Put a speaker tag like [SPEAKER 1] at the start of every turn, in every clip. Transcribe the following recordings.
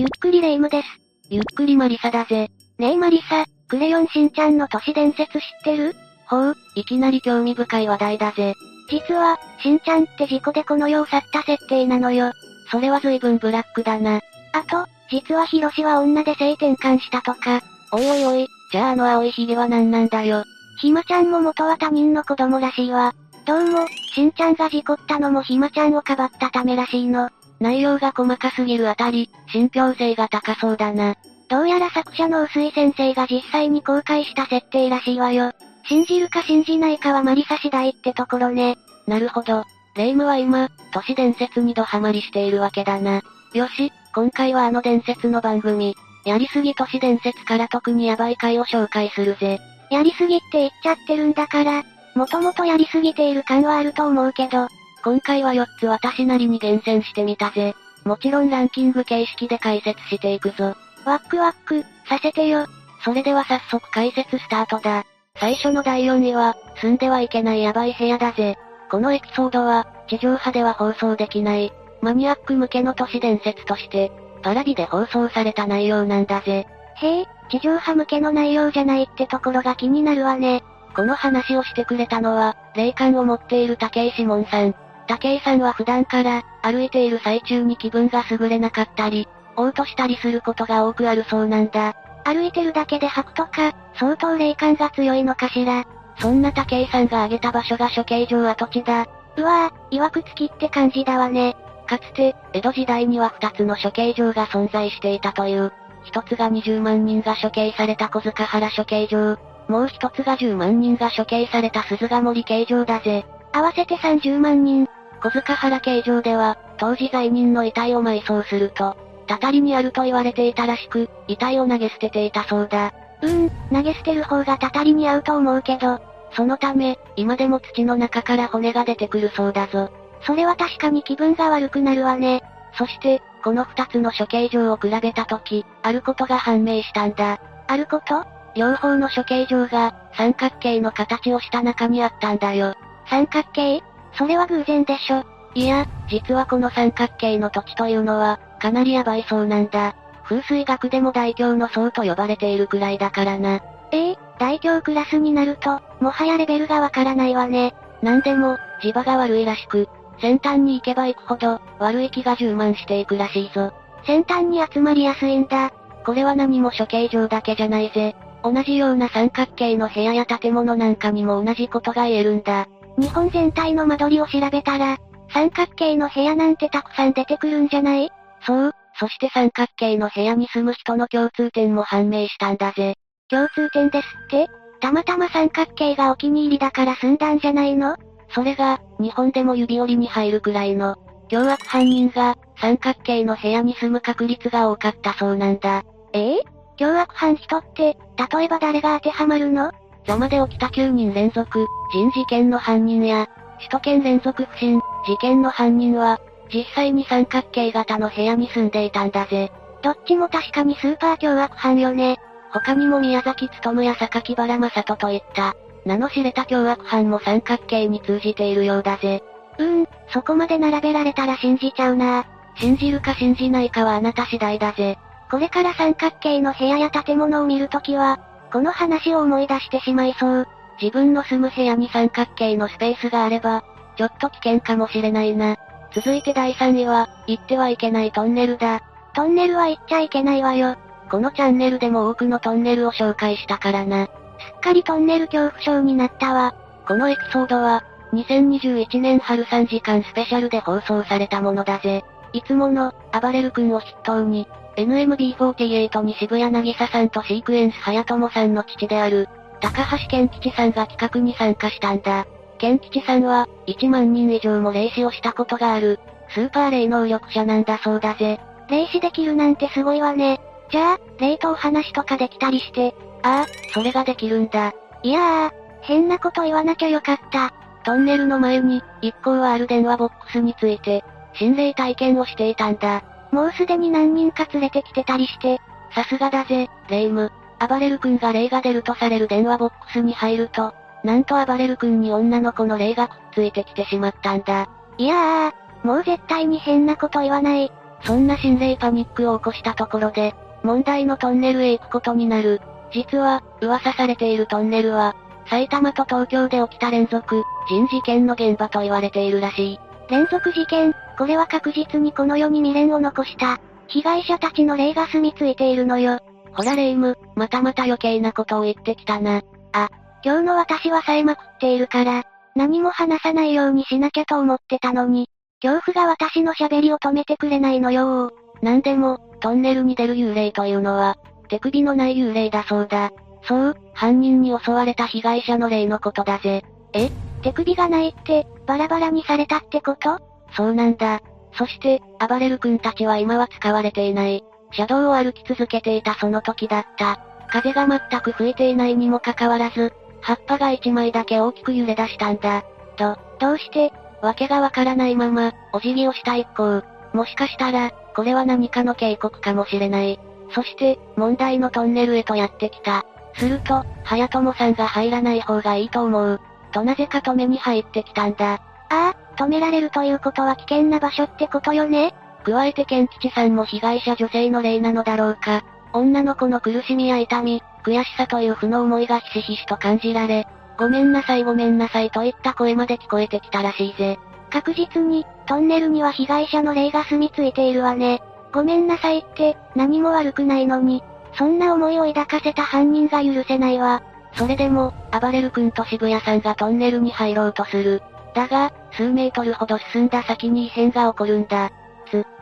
[SPEAKER 1] ゆっくりレ夢ムです。
[SPEAKER 2] ゆっくりマリサだぜ。
[SPEAKER 1] ねえマリサ、クレヨンしんちゃんの都市伝説知ってる
[SPEAKER 2] ほう、いきなり興味深い話題だぜ。
[SPEAKER 1] 実は、しんちゃんって事故でこの世を去った設定なのよ。
[SPEAKER 2] それは随分ブラックだな。
[SPEAKER 1] あと、実はヒロシは女で性転換したとか。
[SPEAKER 2] おいおいおい、じゃああの青いヒゲは何なんだよ。
[SPEAKER 1] ひまちゃんも元は他人の子供らしいわ。どうも、しんちゃんが事故ったのもひまちゃんをかばったためらしいの。
[SPEAKER 2] 内容が細かすぎるあたり、信憑性が高そうだな。
[SPEAKER 1] どうやら作者の薄井先生が実際に公開した設定らしいわよ。信じるか信じないかはマリサ次第ってところね。
[SPEAKER 2] なるほど。レイムは今、都市伝説にドハマりしているわけだな。よし、今回はあの伝説の番組、やりすぎ都市伝説から特にヤバい回を紹介するぜ。
[SPEAKER 1] やりすぎって言っちゃってるんだから、もともとやりすぎている感はあると思うけど、
[SPEAKER 2] 今回は4つ私なりに厳選してみたぜ。もちろんランキング形式で解説していくぞ。
[SPEAKER 1] ワックワック、させてよ。
[SPEAKER 2] それでは早速解説スタートだ。最初の第4位は、住んではいけないヤバい部屋だぜ。このエピソードは、地上波では放送できない、マニアック向けの都市伝説として、パラビで放送された内容なんだぜ。
[SPEAKER 1] へえ、地上波向けの内容じゃないってところが気になるわね。
[SPEAKER 2] この話をしてくれたのは、霊感を持っている武井志門さん。武井さんは普段から、歩いている最中に気分が優れなかったり、嘔吐したりすることが多くあるそうなんだ。
[SPEAKER 1] 歩いてるだけで吐くとか、相当霊感が強いのかしら。
[SPEAKER 2] そんな武井さんが挙げた場所が処刑場跡地だ。
[SPEAKER 1] うわぁ、曰くつきって感じだわね。
[SPEAKER 2] かつて、江戸時代には2つの処刑場が存在していたという。一つが20万人が処刑された小塚原処刑場。もう一つが10万人が処刑された鈴ヶ森刑場だぜ。
[SPEAKER 1] 合わせて30万人。
[SPEAKER 2] 小塚原刑場では、当時罪人の遺体を埋葬すると、たたりにあると言われていたらしく、遺体を投げ捨てていたそうだ。
[SPEAKER 1] うーん、投げ捨てる方がたたりに合うと思うけど、
[SPEAKER 2] そのため、今でも土の中から骨が出てくるそうだぞ。
[SPEAKER 1] それは確かに気分が悪くなるわね。
[SPEAKER 2] そして、この二つの処刑場を比べたとき、あることが判明したんだ。
[SPEAKER 1] あること
[SPEAKER 2] 両方の処刑場が、三角形の形をした中にあったんだよ。
[SPEAKER 1] 三角形それは偶然でしょ。
[SPEAKER 2] いや、実はこの三角形の土地というのは、かなりヤバいそうなんだ。風水学でも大凶の層と呼ばれているくらいだからな。
[SPEAKER 1] ええー、大凶クラスになると、もはやレベルがわからないわね。
[SPEAKER 2] なんでも、磁場が悪いらしく、先端に行けば行くほど、悪い気が充満していくらしいぞ。
[SPEAKER 1] 先端に集まりやすいんだ。
[SPEAKER 2] これは何も処刑場だけじゃないぜ。同じような三角形の部屋や建物なんかにも同じことが言えるんだ。
[SPEAKER 1] 日本全体の間取りを調べたら、三角形の部屋なんてたくさん出てくるんじゃない
[SPEAKER 2] そう、そして三角形の部屋に住む人の共通点も判明したんだぜ。
[SPEAKER 1] 共通点ですってたまたま三角形がお気に入りだから住んだんじゃないの
[SPEAKER 2] それが、日本でも指折りに入るくらいの、凶悪犯人が、三角形の部屋に住む確率が多かったそうなんだ。
[SPEAKER 1] ええ凶悪犯人って、例えば誰が当てはまるの
[SPEAKER 2] 座まで起きた9人連続、人事件の犯人や、首都圏連続不審、事件の犯人は、実際に三角形型の部屋に住んでいたんだぜ。
[SPEAKER 1] どっちも確かにスーパー凶悪犯よね。
[SPEAKER 2] 他にも宮崎努や榊原正人といった、名の知れた凶悪犯も三角形に通じているようだぜ。
[SPEAKER 1] うーん、そこまで並べられたら信じちゃうな。
[SPEAKER 2] 信じるか信じないかはあなた次第だぜ。
[SPEAKER 1] これから三角形の部屋や建物を見るときは、この話を思い出してしまいそう。
[SPEAKER 2] 自分の住む部屋に三角形のスペースがあれば、ちょっと危険かもしれないな。続いて第3位は、行ってはいけないトンネルだ。
[SPEAKER 1] トンネルは行っちゃいけないわよ。
[SPEAKER 2] このチャンネルでも多くのトンネルを紹介したからな。
[SPEAKER 1] すっかりトンネル恐怖症になったわ。
[SPEAKER 2] このエピソードは、2021年春3時間スペシャルで放送されたものだぜ。いつもの、暴れる君を筆頭に、NMB48 に渋谷渚さんとシークエンス早友さんの父である、高橋健吉さんが企画に参加したんだ。健吉さんは、1万人以上も霊視をしたことがある、スーパー霊能力者なんだそうだぜ。
[SPEAKER 1] 霊視できるなんてすごいわね。じゃあ、霊とお話とかできたりして。
[SPEAKER 2] ああ、それができるんだ。
[SPEAKER 1] いやあ、変なこと言わなきゃよかった。
[SPEAKER 2] トンネルの前に、一行はある電話ボックスについて、心霊体験をしていたんだ。
[SPEAKER 1] もうすでに何人か連れてきてたりして。
[SPEAKER 2] さすがだぜ、霊夢。暴れる君が霊が出るとされる電話ボックスに入ると、なんと暴れる君に女の子の霊がくっついてきてしまったんだ。
[SPEAKER 1] いやあ、もう絶対に変なこと言わない。
[SPEAKER 2] そんな心霊パニックを起こしたところで、問題のトンネルへ行くことになる。実は、噂されているトンネルは、埼玉と東京で起きた連続、人事件の現場と言われているらしい。
[SPEAKER 1] 連続事件、これは確実にこの世に未練を残した、被害者たちの霊が住み着いているのよ。
[SPEAKER 2] ほらレイム、またまた余計なことを言ってきたな。
[SPEAKER 1] 今日の私は冴えまくっているから、何も話さないようにしなきゃと思ってたのに、恐怖が私の喋りを止めてくれないのよ
[SPEAKER 2] なんでも、トンネルに出る幽霊というのは、手首のない幽霊だそうだ。そう、犯人に襲われた被害者の霊のことだぜ。
[SPEAKER 1] 手首がないって、バラバラにされたってこと
[SPEAKER 2] そうなんだ。そして、暴れる君たちは今は使われていない。車道を歩き続けていたその時だった。風が全く吹いていないにもかかわらず、葉っぱが一枚だけ大きく揺れ出したんだ。と、どうして、わけがわからないまま、お辞儀をした一行。もしかしたら、これは何かの警告かもしれない。そして、問題のトンネルへとやってきた。すると、早友さんが入らない方がいいと思う。となぜか止めに入ってきたんだ。
[SPEAKER 1] 止められるということは危険な場所ってことよね
[SPEAKER 2] 加えてケン吉さんも被害者女性の霊なのだろうか。女の子の苦しみや痛み、悔しさという負の思いがひしひしと感じられ、ごめんなさいごめんなさいといった声まで聞こえてきたらしいぜ。
[SPEAKER 1] 確実に、トンネルには被害者の霊が住み着いているわね。ごめんなさいって、何も悪くないのに、そんな思いを抱かせた犯人が許せないわ。
[SPEAKER 2] それでも、暴れる君と渋谷さんがトンネルに入ろうとする。だが、数メートルほど進んだ先に異変が起こるんだ。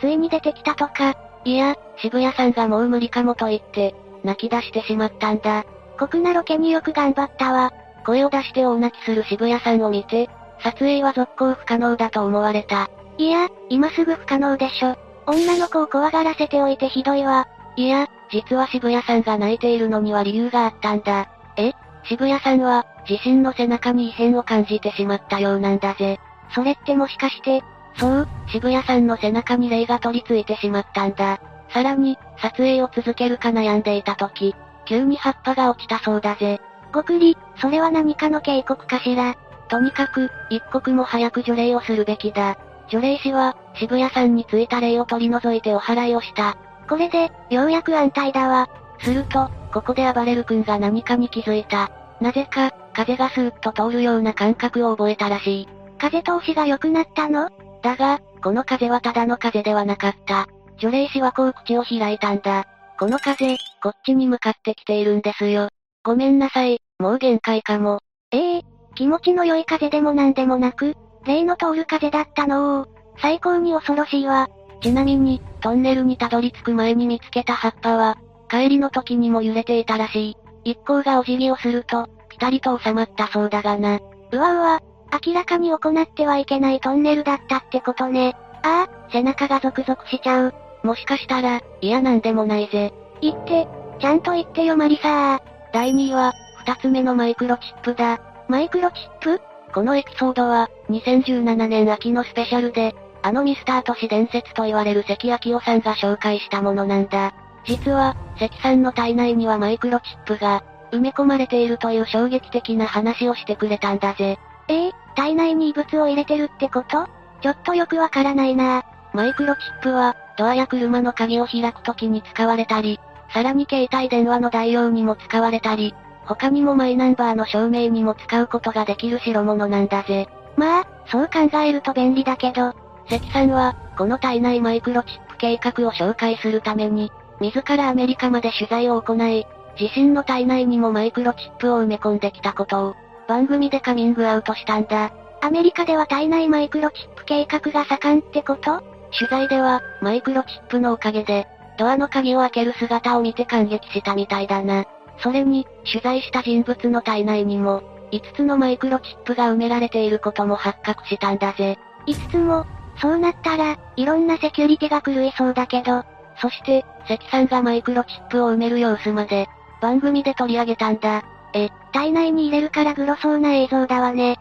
[SPEAKER 1] ついに出てきたとか、
[SPEAKER 2] いや、渋谷さんがもう無理かもと言って、泣き出してしまったんだ。
[SPEAKER 1] 酷なロケによく頑張ったわ。
[SPEAKER 2] 声を出して大泣きする渋谷さんを見て、撮影は続行不可能だと思われた。
[SPEAKER 1] いや、今すぐ不可能でしょ。女の子を怖がらせておいてひどいわ。
[SPEAKER 2] いや、実は渋谷さんが泣いているのには理由があったんだ。え渋谷さんは、自身の背中に異変を感じてしまったようなんだぜ。
[SPEAKER 1] それってもしかして、
[SPEAKER 2] そう、渋谷さんの背中に霊が取り付いてしまったんだ。さらに、撮影を続けるか悩んでいた時、急に葉っぱが落ちたそうだぜ。
[SPEAKER 1] ごくり、それは何かの警告かしら。
[SPEAKER 2] とにかく、一刻も早く除霊をするべきだ。除霊師は、渋谷さんについた霊を取り除いてお祓いをした。
[SPEAKER 1] これで、ようやく安泰だわ。
[SPEAKER 2] すると、ここで暴れる君が何かに気づいた。なぜか、風がスーッと通るような感覚を覚えたらしい。
[SPEAKER 1] 風通しが良くなったの
[SPEAKER 2] だが、この風はただの風ではなかった。除霊師はこう口を開いたんだ。この風、こっちに向かってきているんですよ。ごめんなさい、もう限界かも。
[SPEAKER 1] ええ気持ちの良い風でも何でもなく、霊の通る風だったのを、最高に恐ろしいわ。
[SPEAKER 2] ちなみに、トンネルにたどり着く前に見つけた葉っぱは、帰りの時にも揺れていたらしい。一行がお辞儀をすると、ピタリと収まったそうだがな。
[SPEAKER 1] うわうわ、明らかに行ってはいけないトンネルだったってことね。ああ、
[SPEAKER 2] 背中がゾクゾクしちゃう。もしかしたら、いやなんでもないぜ。
[SPEAKER 1] 言って、ちゃんと言ってよマリサー。
[SPEAKER 2] 第2位は、二つ目のマイクロチップだ。
[SPEAKER 1] マイクロチップ
[SPEAKER 2] このエピソードは、2017年秋のスペシャルで、あのミスター都市伝説と言われる関明夫さんが紹介したものなんだ。実は、関さんの体内にはマイクロチップが、埋め込まれているという衝撃的な話をしてくれたんだぜ。
[SPEAKER 1] ええ体内に異物を入れてるってことちょっとよくわからないな。
[SPEAKER 2] マイクロチップは、ドアや車の鍵を開くときに使われたり、さらに携帯電話の代用にも使われたり、他にもマイナンバーの証明にも使うことができる代物なんだぜ。
[SPEAKER 1] まあ、そう考えると便利だけど、
[SPEAKER 2] 関さんは、この体内マイクロチップ計画を紹介するために、自らアメリカまで取材を行い、自身の体内にもマイクロチップを埋め込んできたことを、番組でカミングアウトしたんだ。
[SPEAKER 1] アメリカでは体内マイクロチップ計画が盛んってこと
[SPEAKER 2] 取材では、マイクロチップのおかげで、ドアの鍵を開ける姿を見て感激したみたいだな。それに、取材した人物の体内にも、5つのマイクロチップが埋められていることも発覚したんだぜ。
[SPEAKER 1] 5つも、そうなったら、いろんなセキュリティが狂いそうだけど、
[SPEAKER 2] そして、関さんがマイクロチップを埋める様子まで、番組で取り上げたんだ。
[SPEAKER 1] 体内に入れるからグロそうな映像だわね。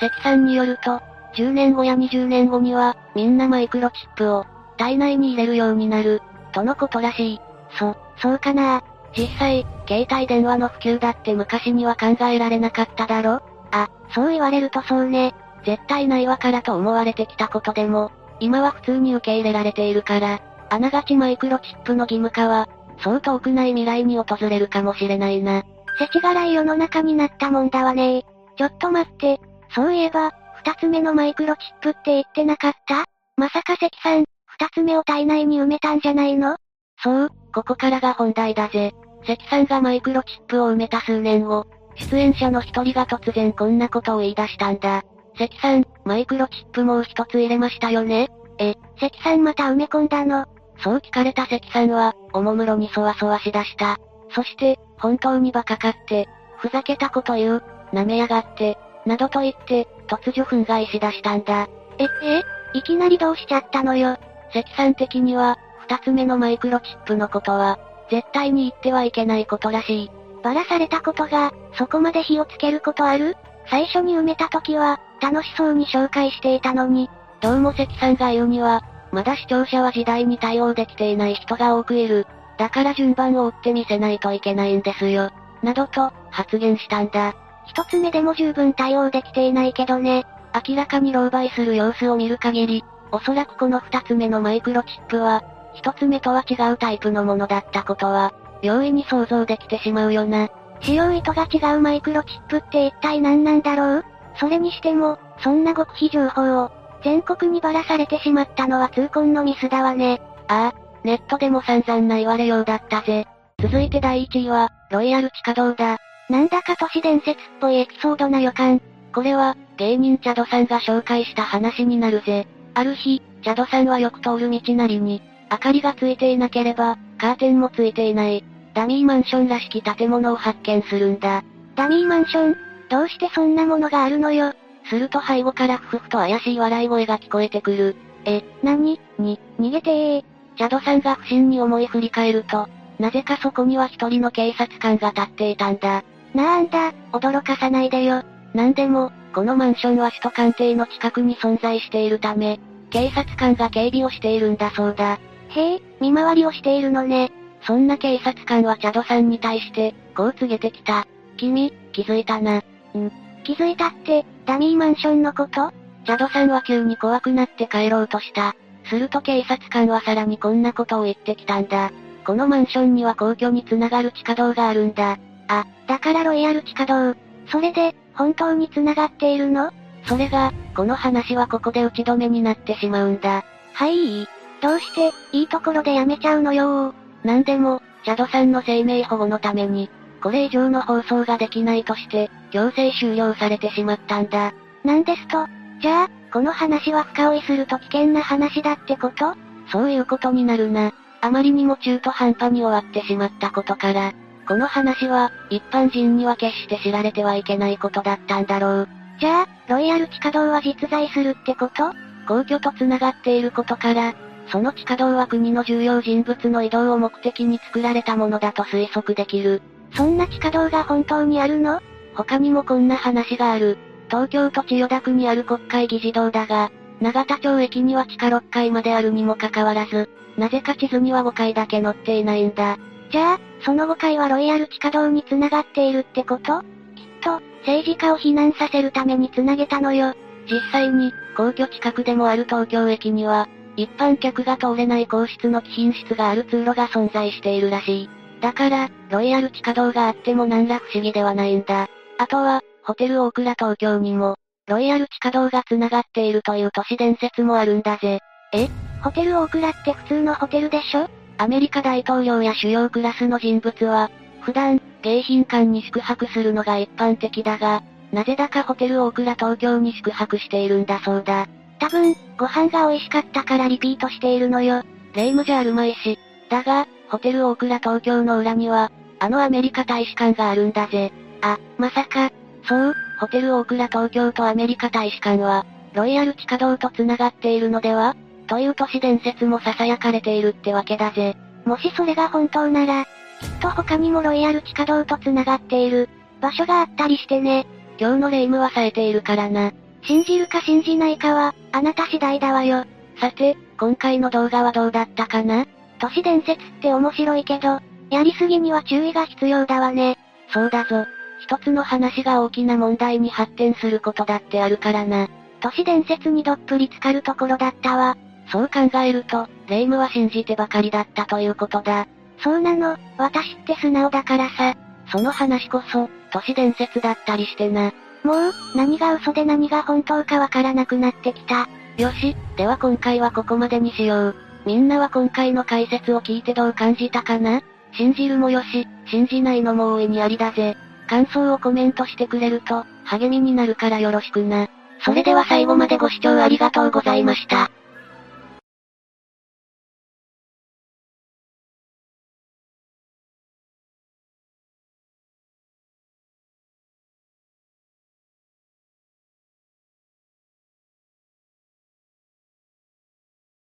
[SPEAKER 2] 関さんによると、10年後や20年後には、みんなマイクロチップを、体内に入れるようになる、とのことらしい。
[SPEAKER 1] そ、そうかな
[SPEAKER 2] 実際、携帯電話の普及だって昔には考えられなかっただろ
[SPEAKER 1] あ、そう言われるとそうね。
[SPEAKER 2] 絶対ないわからと思われてきたことでも、今は普通に受け入れられているから、あながちマイクロチップの義務化は、そう遠くない未来に訪れるかもしれないな。
[SPEAKER 1] 世知辛い世の中になったもんだわねー。ちょっと待って。そういえば、二つ目のマイクロチップって言ってなかったまさか関さん、二つ目を体内に埋めたんじゃないの
[SPEAKER 2] そう、ここからが本題だぜ。関さんがマイクロチップを埋めた数年後、出演者の一人が突然こんなことを言い出したんだ。関さん、マイクロチップもう一つ入れましたよね
[SPEAKER 1] え、関さんまた埋め込んだの。
[SPEAKER 2] そう聞かれた関さんは、おもむろにそわそわしだした。そして、本当に馬鹿かって、ふざけたこと言う、舐めやがって、などと言って、突如憤慨しだしたんだ。
[SPEAKER 1] え、えいきなりどうしちゃったのよ。
[SPEAKER 2] 関さん的には、二つ目のマイクロチップのことは、絶対に言ってはいけないことらしい。
[SPEAKER 1] バラされたことが、そこまで火をつけることある最初に埋めた時は、楽しそうに紹介していたのに、
[SPEAKER 2] どうも関さんが言うには、まだ視聴者は時代に対応できていない人が多くいる。だから順番を追って見せないといけないんですよ。などと、発言したんだ。
[SPEAKER 1] 一つ目でも十分対応できていないけどね。
[SPEAKER 2] 明らかに狼狽する様子を見る限り、おそらくこの二つ目のマイクロチップは、一つ目とは違うタイプのものだったことは、容易に想像できてしまうよな。
[SPEAKER 1] 使用意図が違うマイクロチップって一体何なんだろうそれにしても、そんな極秘情報を、全国にばらされてしまったのは痛恨のミスだわね。
[SPEAKER 2] ああ、ネットでも散々な言われようだったぜ。続いて第1位は、ロイヤル地下道だ。
[SPEAKER 1] なんだか都市伝説っぽいエピソードな予感。
[SPEAKER 2] これは、芸人チャドさんが紹介した話になるぜ。ある日、チャドさんはよく通る道なりに、明かりがついていなければ、カーテンもついていない、ダミーマンションらしき建物を発見するんだ。
[SPEAKER 1] ダミーマンションどうしてそんなものがあるのよ。
[SPEAKER 2] すると背後からふふふと怪しい笑い声が聞こえてくる。
[SPEAKER 1] 何に、逃げてー。
[SPEAKER 2] チャドさんが不審に思い振り返ると、なぜかそこには一人の警察官が立っていたんだ。
[SPEAKER 1] なんだ、驚かさないでよ。
[SPEAKER 2] なんでも、このマンションは首都官邸の近くに存在しているため、警察官が警備をしているんだそうだ。
[SPEAKER 1] へえ、見回りをしているのね。
[SPEAKER 2] そんな警察官はチャドさんに対して、こう告げてきた。君、気づいたな。
[SPEAKER 1] 気づいたって、ダミーマンションのこと
[SPEAKER 2] チャドさんは急に怖くなって帰ろうとした。すると警察官はさらにこんなことを言ってきたんだ。このマンションには皇居につながる地下道があるんだ。
[SPEAKER 1] だからロイヤル地下道。それで、本当に繋がっているの
[SPEAKER 2] それが、この話はここで打ち止めになってしまうんだ。
[SPEAKER 1] はい。どうして、いいところでやめちゃうのよー。
[SPEAKER 2] なんでも、チャドさんの生命保護のために、これ以上の放送ができないとして、強制終了されてしまったんだ。
[SPEAKER 1] なんですと。じゃあ、この話は深追いすると危険な話だってこと
[SPEAKER 2] そういうことになるな。あまりにも中途半端に終わってしまったことから、この話は、一般人には決して知られてはいけないことだったんだろう。
[SPEAKER 1] じゃあ、ロイヤル地下道は実在するってこと
[SPEAKER 2] 皇居と繋がっていることから、その地下道は国の重要人物の移動を目的に作られたものだと推測できる。
[SPEAKER 1] そんな地下道が本当にあるの
[SPEAKER 2] 他にもこんな話がある。東京都千代田区にある国会議事堂だが、長田町駅には地下6階まであるにもかかわらず、なぜか地図には5階だけ載っていないんだ。
[SPEAKER 1] じゃあ、その5階はロイヤル地下道に繋がっているってこときっと、政治家を避難させるために繋げたのよ。
[SPEAKER 2] 実際に、皇居近くでもある東京駅には、一般客が通れない皇室の貴賓室がある通路が存在しているらしい。だから、ロイヤル地下道があっても何ら不思議ではないんだ。あとは、ホテルオークラ東京にも、ロイヤル地下道が繋がっているという都市伝説もあるんだぜ。
[SPEAKER 1] ホテルオークラって普通のホテルでしょ
[SPEAKER 2] アメリカ大統領や主要クラスの人物は、普段、迎賓館に宿泊するのが一般的だが、なぜだかホテルオークラ東京に宿泊しているんだそうだ。
[SPEAKER 1] 多分、ご飯が美味しかったからリピートしているのよ。
[SPEAKER 2] レイムじゃあるまいし。だが、ホテルオークラ東京の裏には、あのアメリカ大使館があるんだぜ。あ、まさか。そう、ホテルオークラ東京とアメリカ大使館は、ロイヤル地下道と繋がっているのではという都市伝説も囁かれているってわけだぜ。
[SPEAKER 1] もしそれが本当なら、きっと他にもロイヤル地下道と繋がっている場所があったりしてね。
[SPEAKER 2] 今日のレイムは冴えているからな。
[SPEAKER 1] 信じるか信じないかは、あなた次第だわよ。
[SPEAKER 2] さて、今回の動画はどうだったかな
[SPEAKER 1] 都市伝説って面白いけど、やりすぎには注意が必要だわね。
[SPEAKER 2] そうだぞ。一つの話が大きな問題に発展することだってあるからな。
[SPEAKER 1] 都市伝説にどっぷり浸かるところだったわ。
[SPEAKER 2] そう考えると、霊夢は信じてばかりだったということだ。
[SPEAKER 1] そうなの、私って素直だからさ。
[SPEAKER 2] その話こそ、都市伝説だったりしてな。
[SPEAKER 1] もう、何が嘘で何が本当かわからなくなってきた。
[SPEAKER 2] よし、では今回はここまでにしよう。みんなは今回の解説を聞いてどう感じたかな信じるもよし、信じないのも大いにありだぜ。感想をコメントしてくれると、励みになるからよろしくな。
[SPEAKER 1] それでは最後までご視聴ありがとうございました。